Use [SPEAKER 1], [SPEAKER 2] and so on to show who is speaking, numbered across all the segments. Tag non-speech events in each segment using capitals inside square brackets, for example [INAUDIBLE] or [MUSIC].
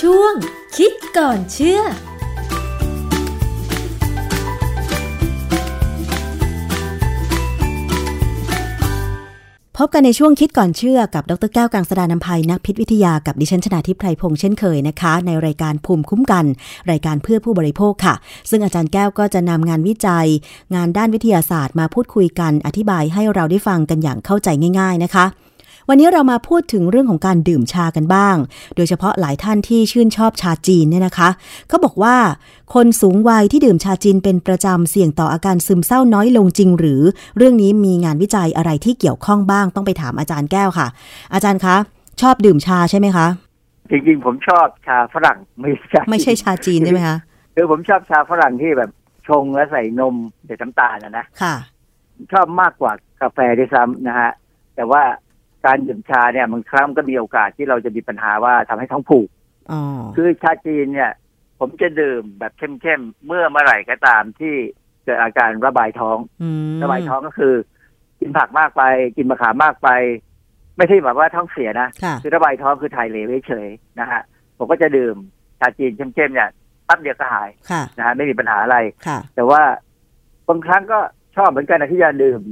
[SPEAKER 1] ช่วง คิดก่อนเชื่อ
[SPEAKER 2] พบกันในช่วงคิดก่อนเชื่อกับดรแก้วกังสดานนภัยนักพิษวิทยากับดิฉันชนาทิพไพรพงษ์เช่นเคยนะคะ ในรายการภูมิคุ้มกัน รายการเพื่อผู้บริโภคค่ะ ซึ่งอาจารย์แก้วก็จะนำงานวิจัย งานด้านวิทยาศาสตร์มาพูดคุยกันอธิบายให้เราได้ฟังกันอย่างเข้าใจง่าย ๆนะคะ วันนี้เรามาพูดถึงเรื่องของการดื่มชากันบ้าง โดยเฉพาะหลายท่านที่ชื่นชอบชาจีนเนี่ยนะคะ เขาบอกว่า คนสูงวัยที่ดื่มชาจีนเป็นประจำเสี่ยงต่ออาการซึมเศร้าน้อยลงจริงหรือ เรื่องนี้มีงานวิจัยอะไรที่เกี่ยวข้องบ้างต้องไปถามอาจารย์แก้วค่ะ อาจารย์คะ ชอบดื่มชาใช่ไหมคะ
[SPEAKER 3] จริงๆ ผมชอบชาฝรั่งไม่ใช่
[SPEAKER 2] ไม่ใช่ชาจีนใช่ไหมคะ
[SPEAKER 3] คือผมชอบชาฝรั่งที่แบบชงแล้วใส่นมใส่น้ำตาลนะนะ
[SPEAKER 2] ค่ะ
[SPEAKER 3] ชอบมากกว่ากาแฟด้วยซ้ำนะฮะแต่ว่าการดื่มชาเนี่ยบางครั้งก็มีโอกาสที่เราจะมีปัญหาว่าทำให้ท้องผูก
[SPEAKER 2] อ๋อ
[SPEAKER 3] คือชาจีนเนี่ย ผมจะดื่มแบบเข้มๆเมื่อเมื่อไหร่ก็ตามที่เกิดอาการระบายท้อง
[SPEAKER 2] อืม
[SPEAKER 3] ระบายท้องก็คือ กินผักมากไป กินมะขามมากไป ไม่ใช่แบบว่าท้องเสียนะ
[SPEAKER 2] ค่ะ
[SPEAKER 3] คือระบายท้องคือถ่ายเหลวเฉยๆนะฮะผมก็จะดื่มชาจีนเข้มๆเนี่ยปั๊บเดียวก็หาย
[SPEAKER 2] ค่ะ
[SPEAKER 3] นะฮะไม่มีปัญหาอะไร
[SPEAKER 2] ค่ะ
[SPEAKER 3] แต่ว่าบางครั้งก็ชอบเหมือนกันนะที่จะดื่ม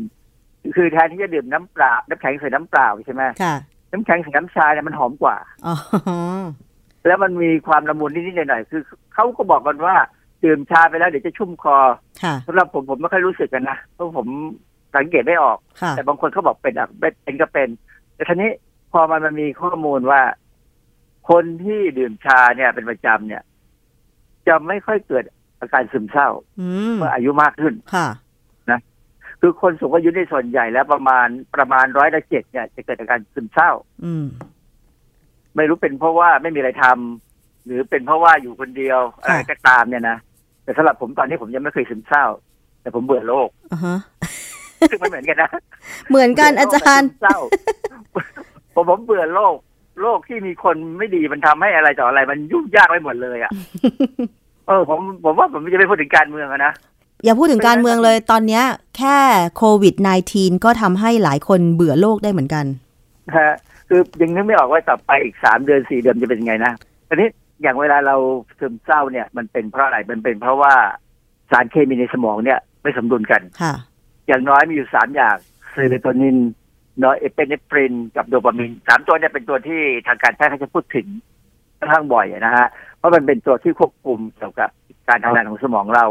[SPEAKER 3] คือแทนที่จะดื่มน้ำเปล่าน้ำแข็งใส่น้ำเปล่าใช่ไหม
[SPEAKER 2] ค่ะ
[SPEAKER 3] น้ำแข็งใส่น้ำชาเนี่ยมันหอมกว่า
[SPEAKER 2] อ๋อ
[SPEAKER 3] แล้วมันมีความละมุนนิดๆหน่อยๆคือเขาก็บอกกันว่าดื่มชาไปแล้วเดี๋ยวจะชุ่มคอ
[SPEAKER 2] ค่ะ
[SPEAKER 3] สำหรับผมผมไม่ค่อยรู้สึกกันนะเพราะผมสังเกตไม่ออก
[SPEAKER 2] ค่ะ
[SPEAKER 3] แต่บางคนเขาบอกเป็นอ่ะเป็นเป็นก็เป็น แต่ทีนี้พอมันมันมีข้อมูลว่า คนที่ดื่มชาเนี่ยเป็นประจำเนี่ย จะไม่ค่อยเกิดอาการซึมเศร้า
[SPEAKER 2] อืม
[SPEAKER 3] เมื่ออายุมากขึ้น
[SPEAKER 2] ค่ะ
[SPEAKER 3] คือคนสูงอายุในส่วนใหญ่แล้วประมาณประมาณร้อยละเจ็ดเนี่ย จะเกิดอาการซึมเศร้า
[SPEAKER 2] อืม
[SPEAKER 3] ไม่รู้เป็นเพราะว่าไม่มีอะไรทำหรือเป็นเพราะว่าอยู่คนเดียว
[SPEAKER 2] ค่ะ
[SPEAKER 3] อะไรก็ตามเนี่ยนะแต่สำหรับผมตอนนี้ผมยังไม่เคยซึมเศร้า แต่ผมเบื่อโลก
[SPEAKER 2] อ่าฮะ
[SPEAKER 3] ซึ่งไม่เหมือนกันนะ
[SPEAKER 2] เหมือนกันอาจารย์
[SPEAKER 3] เศร้า [LAUGHS] ผมผมเบื่อโลก โลกที่มีคนไม่ดีมันทำให้อะไรต่ออะไร มันยุ่งยากไปหมดเลย
[SPEAKER 2] [LAUGHS]
[SPEAKER 3] อ่ะ เออ ผมผมว่าผมจะไม่พูดถึงการเมืองอะนะ
[SPEAKER 2] อย่าพูดถึงการเมืองเลยตอนเนี้ย แค่โควิด -19 ก็ทำให้หลายคนเบื่อโลกได้เหมือนกัน
[SPEAKER 3] ฮะ คือยังนึกไม่ออกว่าต่อไปอีกสามเดือนสี่เดือนจะเป็นยังไงนะทีนี้อย่างเวลาเราซึมเศร้าเนี่ย มันเป็นเพราะอะไร มันเป็นเพราะว่าสารเคมีในสมองเนี่ย ไม่สมดุลกัน
[SPEAKER 2] ค่ะ
[SPEAKER 3] อย่างน้อยมีอยู่สามอย่างเซโรโทนินนอร์เอเปเนฟริน กับโดปามินสามตัวเนี่ยเป็นตัวที่ทางการแพทย์เขาจะพูดถึงค่อนข้างบ่อยนะฮะ เพราะมันเป็นตัวที่ควบคุมเกี่ยวกับการทำงานของสมองเรา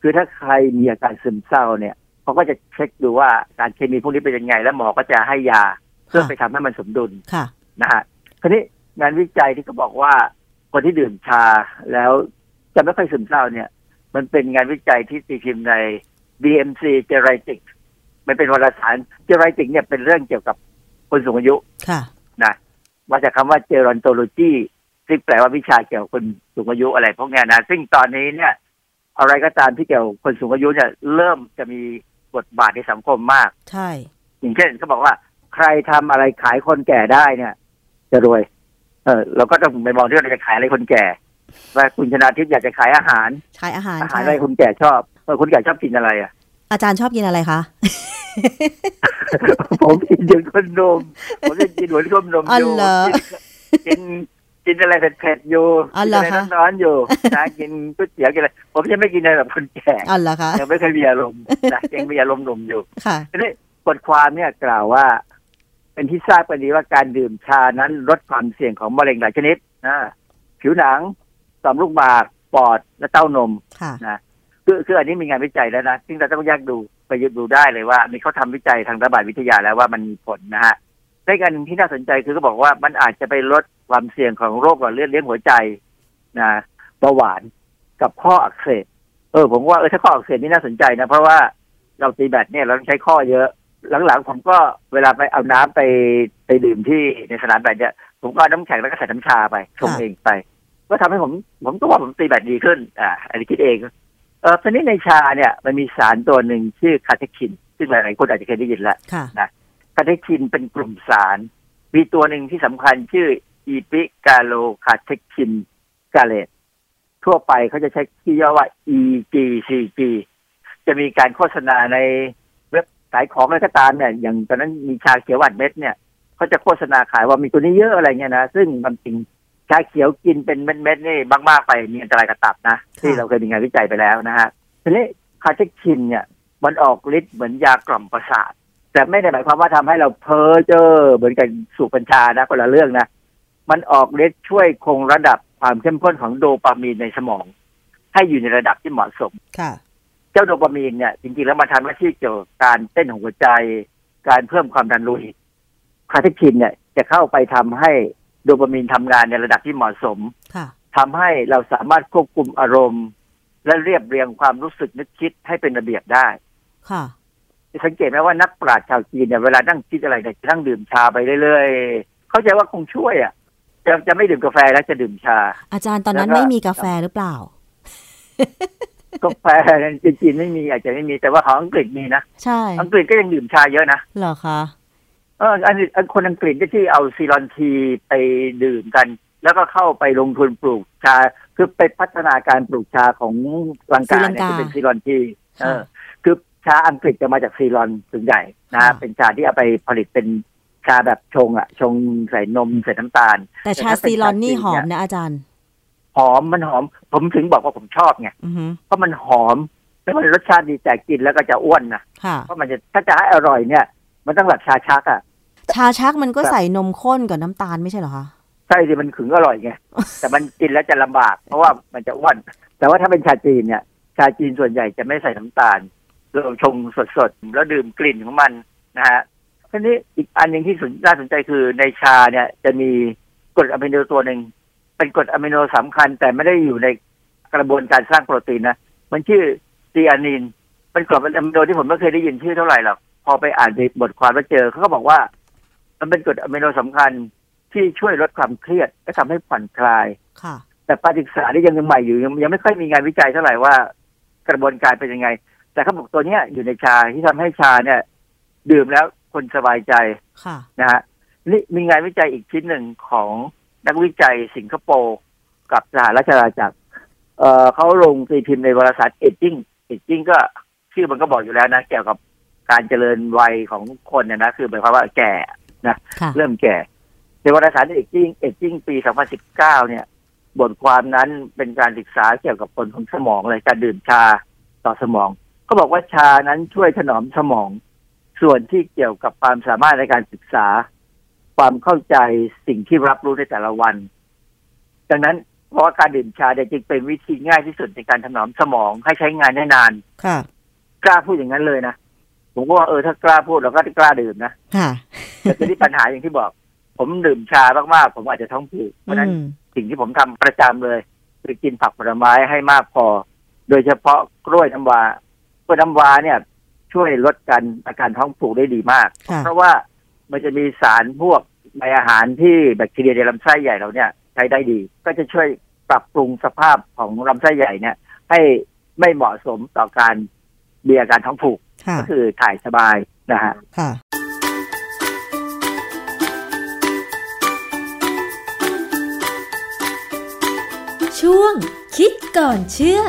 [SPEAKER 3] คือถ้าใครมีอาการซึมเศร้าเนี่ยเขาก็จะเช็คดูว่าการเคมีพวกนี้เป็นยังไง แล้วหมอก็จะให้ยาเพื่อไปทำให้มันสมดุล
[SPEAKER 2] ค่ะ
[SPEAKER 3] นะฮะคราวนี้งานวิจัยที่เขาบอกว่าคนที่ดื่มชาแล้วจะไม่ค่อยซึมเศร้าเนี่ย มันเป็นงานวิจัยที่ตีพิมพ์ใน BMC Geriatric มันเป็นวารสาร Geriatric เนี่ยเป็นเรื่องเกี่ยวกับคนสูงอายุ
[SPEAKER 2] ค่ะ
[SPEAKER 3] นะมาจากคำว่า Gerontology ซึ่งแปลว่าวิชาเกี่ยวกับคนสูงอายุอะไรพวกเนี้ยนะ ซึ่งตอนนี้เนี่ย อะไรก็ตามที่เกี่ยวกับคนสูงอายุเนี่ยเริ่มจะมีบทบาทในสังคมมาก
[SPEAKER 2] ใช่
[SPEAKER 3] อย่างเช่นเขาบอกว่าใครทำอะไรขายคนแก่ได้เนี่ย จะรวย เออเราก็ต้องไปมองที่ว่าเราจะขายอะไรคนแก่ ว่าคุณชนาทิพย์อยากจะขายอาหาร
[SPEAKER 2] ใช้อาหาร
[SPEAKER 3] อาหาร
[SPEAKER 2] ใช่
[SPEAKER 3] อะไรคนแก่ชอบเออคนแก่ชอบกินอะไรอ่ [LAUGHS] ะ
[SPEAKER 2] อาจารย์ชอบกินอะไรคะ
[SPEAKER 3] ผมกินอย่างคนนมผมจะกินหัวที่ก้มนม
[SPEAKER 2] อ๋อ
[SPEAKER 3] อยู่
[SPEAKER 2] เหรอ
[SPEAKER 3] กินกินอะไรเผ็ดๆอยู่
[SPEAKER 2] อ๋อ
[SPEAKER 3] กิ
[SPEAKER 2] เหรอ
[SPEAKER 3] อะไร
[SPEAKER 2] คะ
[SPEAKER 3] ร้อนๆอยู่นะกินก๋วยเตี๋ยวกินอะไรผมจะไม่กินอะไรแบบคนแก่
[SPEAKER 2] อ๋อเหรอคะ
[SPEAKER 3] ยังไม่เคยมีอารมณ์นะยังมีอารมณ์หนุ่มอยู่
[SPEAKER 2] ค่ะ
[SPEAKER 3] ทีนี้บทความเนี่ยกล่าวว่า เป็นที่ทราบกันดีว่าการดื่มชานั้นลดความเสี่ยงของมะเร็งหลายชนิดนะผิวหนังต่อมลูกหมากปอดและเต้านม
[SPEAKER 2] ค่ะ
[SPEAKER 3] คือคืออันนี้มีงานวิจัยแล้วนะซึ่งเราต้องแยกดูไปยึดดูได้เลยว่ามีเขาทำวิจัยทางระบาดวิทยาแล้วว่ามันมีผลนะฮะในการที่น่าสนใจคือก็บอกว่ามันอาจจะไปลดความเสี่ยงของโรคหลอดเลือดเลี้ยงหัวใจนะเบาหวานกับข้ออักเสบเออ ผมว่าเออถ้าข้ออักเสบนี่น่าสนใจนะ เพราะว่าเราตีแบตเนี่ยเราต้องใช้ข้อเยอะ หลังๆผมก็เวลาไปเอาน้ำไปไปดื่มที่ในสนามแบดเนี่ยผมก็เอาน้ำแข็งแล้วก็ใส่น้ำชาไปชง
[SPEAKER 2] ค่ะ
[SPEAKER 3] เองไป ก็ทำให้ผม ผมก็ว่าผมตีแบตดีขึ้น อ่า อันนี้คิดเอง เออทีนี้ในชาเนี่ยมันมีสารตัวหนึ่งชื่อคาเทคิน ซึ่งหลายๆคนอาจจะเคยได้ยินละ
[SPEAKER 2] ค่ะ
[SPEAKER 3] คาเทคินเป็นกลุ่มสาร มีตัวหนึ่งที่สำคัญชื่ออีปิกาโลคาเทคินกาเลตทั่วไปเขาจะใช้ที่ย่อว่า EGCG จะมีการโฆษณาในเว็บขายของอะไรก็ตามเนี่ย อย่างตอนนั้นมีชาเขียวหวานเม็ดเนี่ยเขาจะโฆษณาขายว่ามีตัวนี้เยอะอะไรเงี้ยนะ ซึ่งมันจริง ชาเขียวกินเป็นเม็ดๆนี่มากๆไปมีอันตรายกับตับนะ
[SPEAKER 2] ค่ะ
[SPEAKER 3] ที่เราเคยมีงานวิจัยไปแล้วนะฮะทีนี้คาเทคินเนี่ย มันออกฤทธิ์เหมือนยากล่อมประสาท แต่ไม่ได้หมายความว่าทำให้เราเพ้อเจ้อเหมือนกับสูบกัญชานะคนละเรื่องนะ มันออกฤทธิ์ช่วยคงระดับความเข้มข้นของโดปามีนในสมอง ให้อยู่ในระดับที่เหมาะสม
[SPEAKER 2] ค่ะ
[SPEAKER 3] เจ้าโดปามีนเนี่ยจริงๆแล้วมันทำหน้าที่เกี่ยวกับการเต้นของหัวใจ การเพิ่มความดันโลหิตคาเทคินเนี่ยจะเข้าไปทำให้โดปามีนทำงานในระดับที่เหมาะสม
[SPEAKER 2] ค่ะ
[SPEAKER 3] ทำให้เราสามารถควบคุมอารมณ์ และเรียบเรียงความรู้สึกนึกคิดให้เป็นระเบียบได้
[SPEAKER 2] ค่ะ
[SPEAKER 3] สังเกตไหมว่านักปราชญ์ชาวจีนเนี่ยเวลานั่งคิดอะไรเนี่ยจะนั่งดื่มชาไปเรื่อยๆ เข้าใจว่าคงช่วยอ่ะจะจะไม่ดื่มกาแฟแล้วจะดื่มชา
[SPEAKER 2] อาจารย์ตอนนั้น
[SPEAKER 3] แล้วก็
[SPEAKER 2] ไม่มีกาแฟหรือเปล่า
[SPEAKER 3] กาแฟ [LAUGHS] จีนไม่มีอาจจะไม่มีแต่ว่าของอังกฤษมีนะ
[SPEAKER 2] ใช่
[SPEAKER 3] อังกฤษก็ยังดื่มชาเยอะนะ
[SPEAKER 2] เหรอคะ
[SPEAKER 3] เอออันอันคนอังกฤษก็ที่เอาซีรอนทีไปดื่มกัน แล้วก็เข้าไปลงทุนปลูกชาคือไปพัฒนาการปลูกชาของลังกาเนี่ยที่เป็นซีรอนทีเออ คือชาอังกฤษจะมาจากซีรอนส่วนใหญ่นะฮะเป็นชาที่เอาไปผลิตเป็นชาแบบชงอ่ะ ชงใส่นมใส่น้ำตาล
[SPEAKER 2] แต่
[SPEAKER 3] แต่
[SPEAKER 2] ชา
[SPEAKER 3] ถ้าเป็น
[SPEAKER 2] ซีรอนนี่
[SPEAKER 3] ชาจีน
[SPEAKER 2] หอม
[SPEAKER 3] เนี่ย
[SPEAKER 2] นะอาจารย์
[SPEAKER 3] หอมมันหอม ผมถึงบอกว่าผมชอบไง
[SPEAKER 2] อือฮึ
[SPEAKER 3] เพราะมันหอมแล้วมันรสชาติดีแต่กินแล้วก็จะอ้วนนะ
[SPEAKER 2] ค่ะ
[SPEAKER 3] เพราะมันจะถ้าจะให้อร่อยเนี่ย มันต้องแบบชาชักอ่ะ
[SPEAKER 2] ชาชักมันก็
[SPEAKER 3] แบบ
[SPEAKER 2] ใส่นมข้นกับน้ำตาลไม่ใช่เหรอคะ
[SPEAKER 3] ใช่สิมันขึงอร่อยไง แต่มันกินแล้วจะลำบาก เพราะว่ามันจะอ้วน แต่ว่าถ้าเป็นชาจีนเนี่ย ชาจีนส่วนใหญ่จะไม่ใส่น้ำตาลเราชงสดๆ แล้วดื่มกลิ่นของมันนะฮะทีนี้อีกอันหนึ่งที่สนน่าสนใจคือในชาเนี่ยจะมีกรดอะมิโนตัวหนึ่ง เป็นกรดอะมิโนสำคัญ แต่ไม่ได้อยู่ในกระบวนการสร้างโปรตีนนะ มันชื่อซีอานินเป็นกรดอะมิโนที่ผมไม่เคยได้ยินชื่อเท่าไหร่หรอกพอไปอ่านในบทความแล้วเจอเขาก็บอกว่า มันเป็นกรดอะมิโนสำคัญ ที่ช่วยลดความเครียด และทำให้ผ่อนคลาย
[SPEAKER 2] ค่ะ
[SPEAKER 3] แต่การศึกษาที่ยังใหม่อยู่ยังยังไม่ค่อยมีงานวิจัยเท่าไหร่ว่ากระบวนการเป็นยังไง แต่เขาบอกตัวเนี้ยอยู่ในชาที่ทำให้ชาเนี่ย ดื่มแล้วคนสบายใจ
[SPEAKER 2] ค่ะ
[SPEAKER 3] นะฮะนี่มีงานวิจัยอีกชิ้นหนึ่งของนักวิจัยสิงคโปร์กับสหราชอาณาจักรเอ่อเขาลงตีพิมพ์ในวารสารเอจจิ้งเอจจิ้งก็ชื่อมันก็บอกอยู่แล้วนะเกี่ยวกับการเจริญวัยของคนเนี่ยนะคือหมายความว่าแก่
[SPEAKER 2] ค่ะ
[SPEAKER 3] เริ่มแก่ในวารสารเอจิ้งเอจิ้งปี 2019 เนี่ย บทความนั้นเป็นการศึกษาเกี่ยวกับผลของสมองเลยการดื่มชาต่อสมอง ก็บอกว่าชานั้นช่วยถนอมสมอง ส่วนที่เกี่ยวกับความสามารถในการศึกษา ความเข้าใจสิ่งที่รับรู้ในแต่ละวัน ดังนั้นเพราะว่าการดื่มชาเนี่ยจึงเป็นวิธีง่ายที่สุดในการถนอมสมองให้ใช้งานได้นาน
[SPEAKER 2] ค่ะ
[SPEAKER 3] กล้าพูดอย่างนั้นเลยนะผมก็ว่าเออถ้ากล้าพูดเราก็กล้าดื่มนะ
[SPEAKER 2] ค่ะ
[SPEAKER 3] แต่ทีนี้ปัญหาอย่างที่บอก ผมดื่มชามากๆ ผมอาจจะท้องผูกเพราะฉะนั้น
[SPEAKER 2] อืม
[SPEAKER 3] สิ่งที่ผมทำประจำเลยคือกินผักผลไม้ให้มากพอ โดยเฉพาะกล้วยน้ำวากล้วยน้ำวาเนี่ย ช่วยลดการอาการท้องผูกได้ดีมาก
[SPEAKER 2] ค่ะ
[SPEAKER 3] เพราะว่ามันจะมีสารพวกในอาหารที่แบคทีเรียในลำไส้ใหญ่เราเนี่ยใช้ได้ดี ก็จะช่วยปรับปรุงสภาพของลำไส้ใหญ่เนี่ย ให้ไม่เหมาะสมต่อการมีอาการท้องผูก
[SPEAKER 2] ค่ะ
[SPEAKER 3] ก็คือถ่ายสบายนะฮะ
[SPEAKER 2] ค่ะ
[SPEAKER 1] ช่วงคิดก่อนเชื่อ